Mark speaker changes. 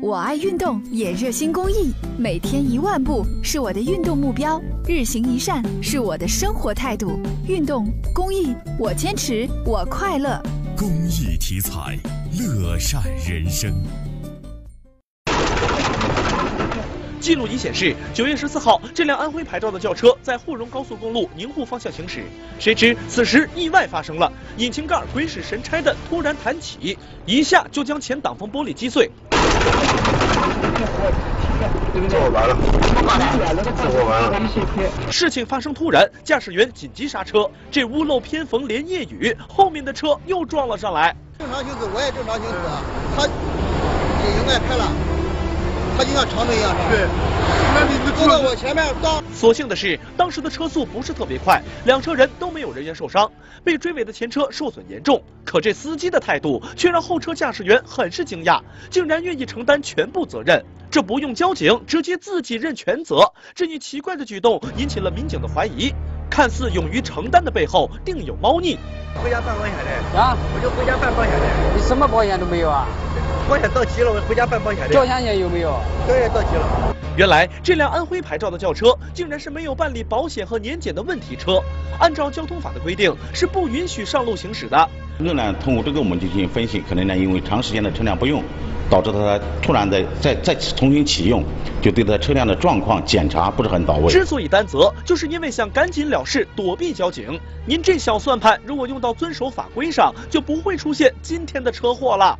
Speaker 1: 我爱运动，也热心公益。每天一万步是我的运动目标，日行一善是我的生活态度。运动、公益，我坚持，我快乐。
Speaker 2: 公益题材，乐善人生。
Speaker 3: 记录仪显示，九月十四号，这辆安徽牌照的轿车在沪蓉高速公路宁沪方向行驶，谁知此时意外发生了，引擎盖鬼使神差的突然弹起，一下就将前挡风玻璃击碎。
Speaker 4: 我完了，我完了。
Speaker 3: 事情发生突然，驾驶员紧急刹车，这屋漏偏逢连夜雨，后面的车又撞了上来。
Speaker 5: 正常行驶，我也正常行驶啊，他也应该开了，他就像长城一样对，那你就坐到我前面，当
Speaker 3: 所幸的是，当时的车速不是特别快，两车人都没有人员受伤。被追尾的前车受损严重，可这司机的态度却让后车驾驶员很是惊讶，竟然愿意承担全部责任。这不用交警，直接自己认全责，这一奇怪的举动引起了民警的怀疑。看似勇于承担的背后，定有猫腻。
Speaker 4: 回家办保险的，
Speaker 6: 啊，
Speaker 4: 我就回家办保险的，
Speaker 6: 你什么保险都没有啊？
Speaker 4: 保险到期了，我回家办保险的，
Speaker 6: 照相也有没有？
Speaker 4: 当然到期了。
Speaker 3: 原来这辆安徽牌照的轿车竟然是没有办理保险和年检的问题车，按照交通法的规定是不允许上路行驶的。
Speaker 7: 那呢，通过这个我们进行分析，可能呢，因为长时间的车辆不用，导致它突然的再再重新启用，就对它车辆的状况检查不是很到位。
Speaker 3: 之所以担责，就是因为想赶紧了事，躲避交警。您这小算盘，如果用到遵守法规上，就不会出现今天的车祸了。